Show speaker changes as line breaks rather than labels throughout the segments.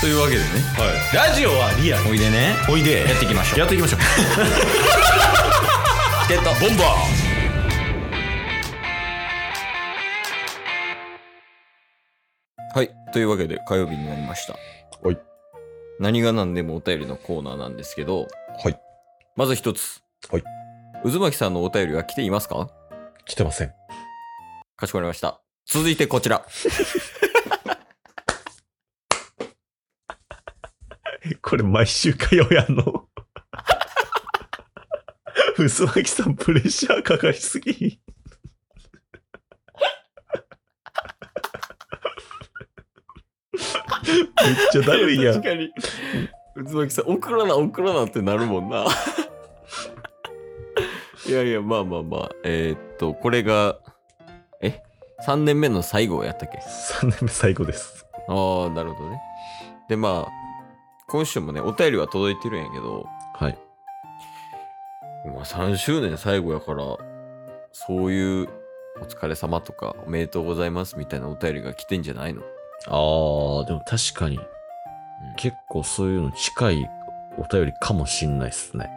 というわけでね
ラジオはリアル
おいでね
おいで
やっていきましょう
やってい きましょう
チケットボンバーはいというわけで火曜日になりました
はい
何が何でもお便りのコーナーなんですけど
はい
まず一つ
はい
渦巻さんのお便りは来ていますか
来てません
かしこまりました続いてこちら
これ毎週火曜やんの 薄巻さんプレッシャーかかりすぎめっちゃだるいやん
確かに渦巻さん送らな送らなってなるもんないやいやまあまあまあえーっとこれがえ3年目の最後やったっけ
3年目最後です
ああ、なるほどね。で、まあ、今週もね、お便りは届いてるんやけど、
はい
まあ、3周年最後やから、そういう、お疲れ様とか、おめでとうございますみたいなお便りが来てんじゃないの
あーでも確かに結構そういうの近いお便りかもしんないっすね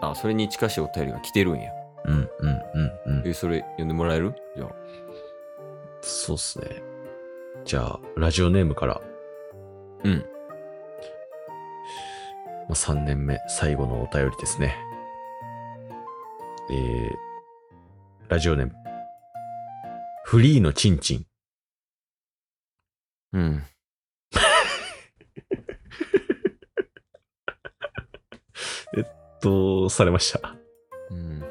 あ、それに近しいお便りが来てるんや。
うんうんうんうん
え、それ読んでもらえるじゃあ。
そうっすね。じゃあ、ラジオネームから、
うん。
まあ、3年目最後のお便りですね。えー、ラジオネーム。フリーのチンチン。
うん。
どうされました
うん。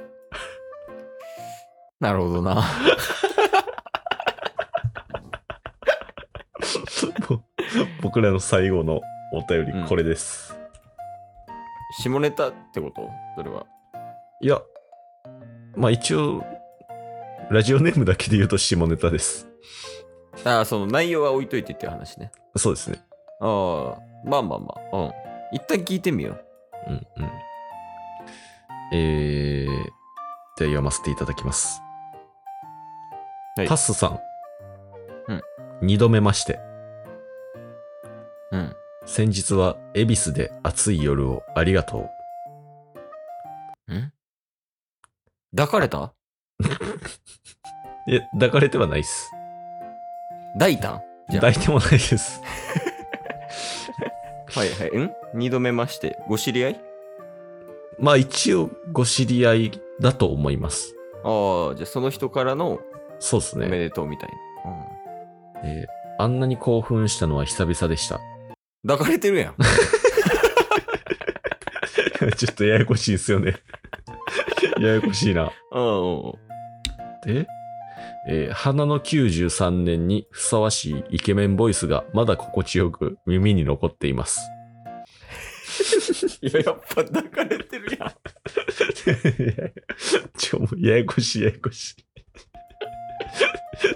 なるほどな。
ぼ僕らの最後のお便り、これです。
下ネタってことそれは。
いや、まあ一応、ラジオネームだけで言うと下ネタです。
ああ、その内容は置いといてっていう話ね。
そうですね。
ああ、まあまあまあ。うん。一旦聞いてみよう。
うんうん。えー、では読ませていただきます。
はい
タスさん。
うん。
二度目まして。
うん。
先日は恵比寿で暑い夜をありがとう。
ん抱かれた
いや、抱かれてはないです。
抱いたんじゃあ
抱いてもないです。
はいはい。ん二度目まして。ご知り合い
まあ一応ご知り合いだと思います。
ああ、じゃあその人からの
そうです
おめ
ね。
でとうみたいな。
えーあんなに興奮したのは久々でした。
う ん、抱かれてるや ん。
ちょっとややこしいですよね。 ややこしいな。
うんうん。
で、えー花の93年にふさわしいイケメンボイスがまだ心地よく耳に残っています。
いや、やっぱ抱かれてるやん。
ちょ、もうややこしいややこしい。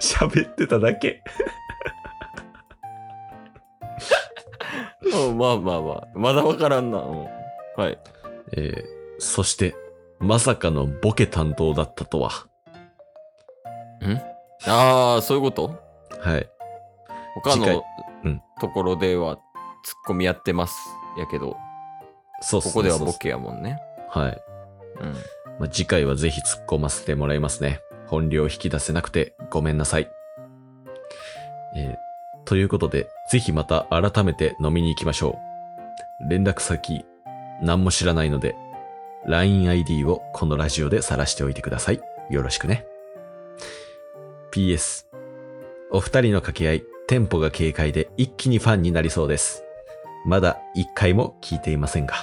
喋ってただけ。
うん、まあまあまあ。まだわからんな。うん。はい。
えーそして、まさかのボケ担当だったとは。
ああ、そういうこと
はい。
他
次
の
回、うん
ところではツッコミやってます。やけど、
そうっす
こ
ね
こではボ
そうっ
ケやもんね。
すはい。
うん。
まあ、次回はぜひ突っ込ませてもらいますね。本領引き出せなくてごめんなさい。えーということで、ぜひまた改めて飲みに行きましょう。連絡先、何も知らないので、LINEID をこのラジオで晒しておいてください。よろしくね。PS、お二人の掛け合い、テンポが軽快で一気にファンになりそうです。まだ一回も聞いていませんが。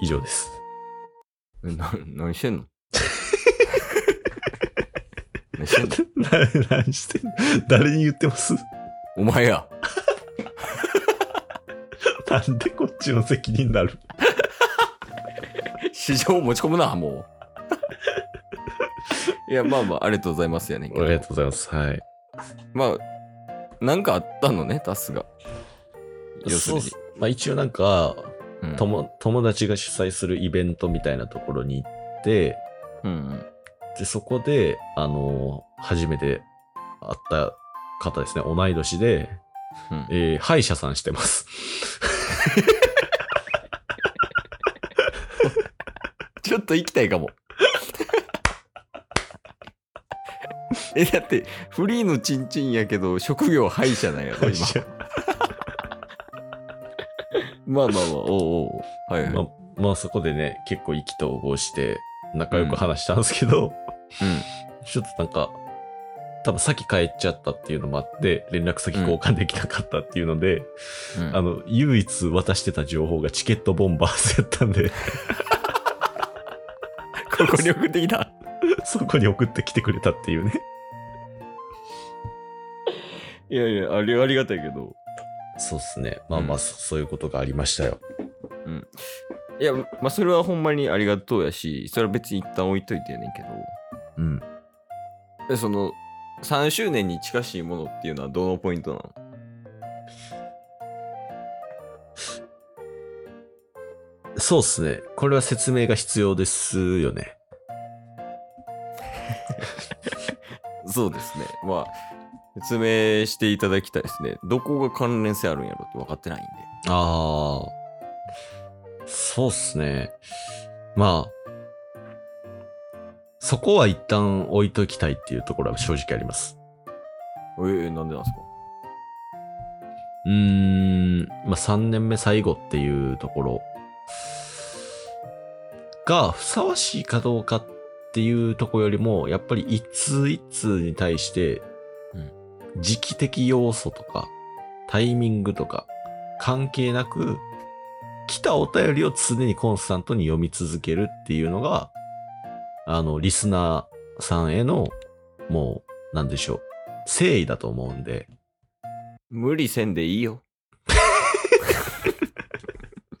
以上です。
えな何してん の何してんの
な、 何してんの誰に言ってます
お前や。
なんでこっちの責任になる
市場を持ち込むな、もう。いや、まあまあ、ありがとうございますやねんけ
あ
ど
りがとうございます。はい。
まあ、なんかあったのね、タスが。要す
そう
る
っ
に
す。まあ一応なんか、
うん
とも友達が主催するイベントみたいなところに行って、
うんうん。
で、そこで、あの、初めて会った方ですね、同い年で、
うん
えー歯医者さんしてます。
ちょっと行きたいかも。 え、だって、フリーのチンチンやけど、職業歯医者なんやろ、
歯医
今。
者
まあまあまあ、おうおう。はいはい。
まあ、まあそこでね、結構意気投合して、仲良く話したんですけど、ちょっとなんか、多分先帰っちゃったっていうのもあって、連絡先交換できなかったっていうので、
うん。うん
あの、唯一渡してた情報がチケットボンバーズやったんで、
ここに送ってきた。
そこに送ってきてくれたっていうね。
いやいや、ありありがたいけど。
そうっすね。まあまあ、
うん
そそういうことがありましたよ。
いや、まあ、それはほんまにありがとうやし、それは別に一旦置いといてやねんけど。
うん。
でその、3周年に近しいものっていうのはどのポイントな
そうっすね。これは説明が必要ですよね。
のそうですね。まあ、説明していただきたいですね。どこが関連性あるんやろって分かってないんで。
ああ。そうっすね。まあ。そこは一旦置いときたいっていうところは正直あります。
えー、なんでなんですか
うーん。まあ3年目最後っていうところがふさわしいかどうかっていうところよりも、やっぱり一通一通に対して
うん、
時期的要素とか、タイミングとか、関係なく、来たお便りを常にコンスタントに読み続けるっていうのが、あの、リスナーさんへの、もう、なんでしょう、誠意だと思うんで、
無理せんでいいよ。
だ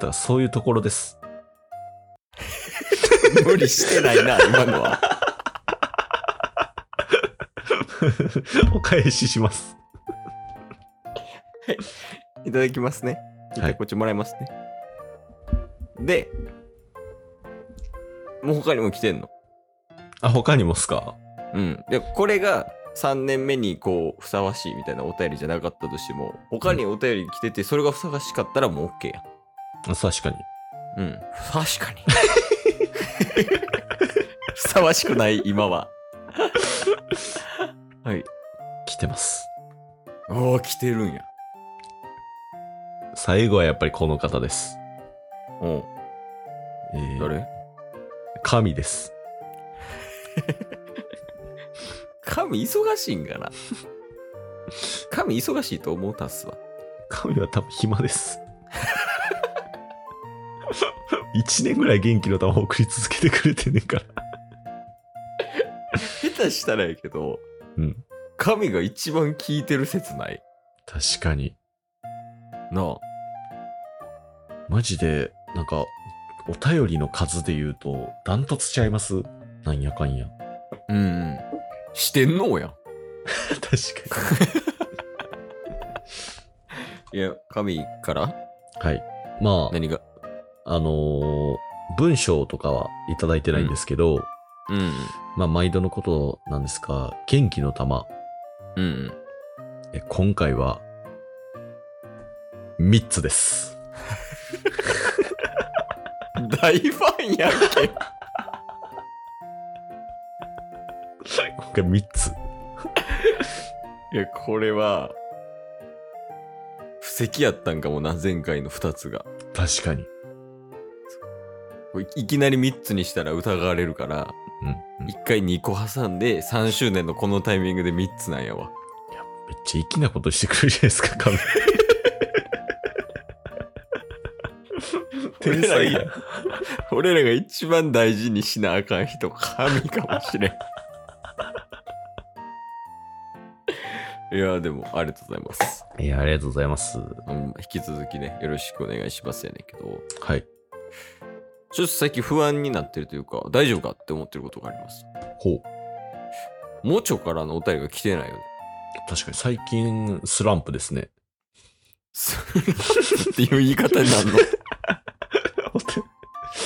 からそういうところです。
無理してないな、今のは。
お返しします。
いただきますね。
はい
こっちもらいますね。で、もう他にも来てんの。
あ、他にもっすか
うん。で、これが3年目にこう、ふさわしいみたいなお便りじゃなかったとしても、他にお便り来てて、それがふさわしかったらもう OK や。
あ確かに。
うん。確かに。 ふさわしくない、今 は。はい。
来てます。
おお、来てるんや。
最後はやっぱりこの方です。
おう
えー
誰
神です。
神忙しいん かな神忙しいと思うたっすわ。
神は多分暇 です。一年ぐらい元気の玉を送り続けてくれてんねんから。
下手したらやけど、
うん。
神が一番聞いてる説ない
確かに。
なあ。
マジで、なんか、お便りの数で言うと、ダントツちゃいますなんやかんや。
うん、うん。してんの や。
確か
いや、神から
に。はい。まあ、
何が。
あのー文章とかはいただいてないんですけど、
うん。
まあ、毎度のことなんですが、元気の玉。
うん。
え今回は、3つです。
大ファンやんけ。
今回3つ。
いや、これは、布石やったんかもな、前回の2つが。
確かに。
これいきなり3つにしたら疑われるから、
うん。めっ
1回2個挟んで、3周年のこのタイミングで3つなんやわ。
ちゃ粋なことしてくれるじゃないですか、神。 天才 や。
俺らが一番大事にしなあかん人、神かもしれん。 いや、でも、ありがとうございます。
いや、ありがとうございます。
うん引き続きね、よろしくお願いしますやねんけど、
はい。
ちょっと最近不安になってるというか、大丈夫かって思ってることがあります。
ほう。
もちょからのお便りが来てないよね。
確かに最近、スランプですね。
スランプって いう言い方になるの
お便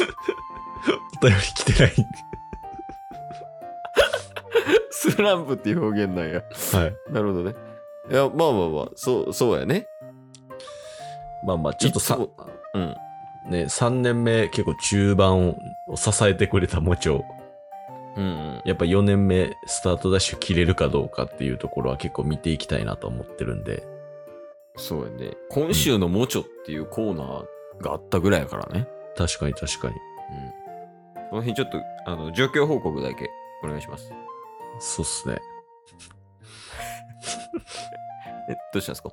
お便り来てない。
スランプっていう表現なんや。
はい。
なるほどね。いや、まあまあまあ、そう、そうやね。
まあまあ、ちょっとさ
いつ、うん。
ね、3年目結構中盤を支えてくれたもちょ
うん、うん。
やっぱ4年目スタートダッシュ切れるかどうかっていうところは結構見ていきたいなと思ってるんで、
そうやね。今週のモチョっていうコーナーがあったぐらいやからね。
確かに確かに。
うん。その辺ちょっと、あの、状況報告だけお願いします。
そうっすね。
え、どうしたんですか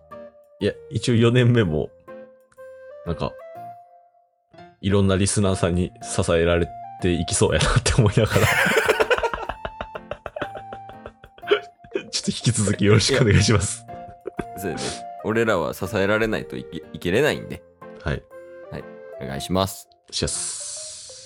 いや、一応4年目も、なんか、いろんなリスナーさんに支えられていきそうやなって思いながら。ちょっと引き続きよろしくお願いします。
そうやね。俺らは支えられないといけいけれないんで、
はい。
お願いします。
シャス。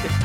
す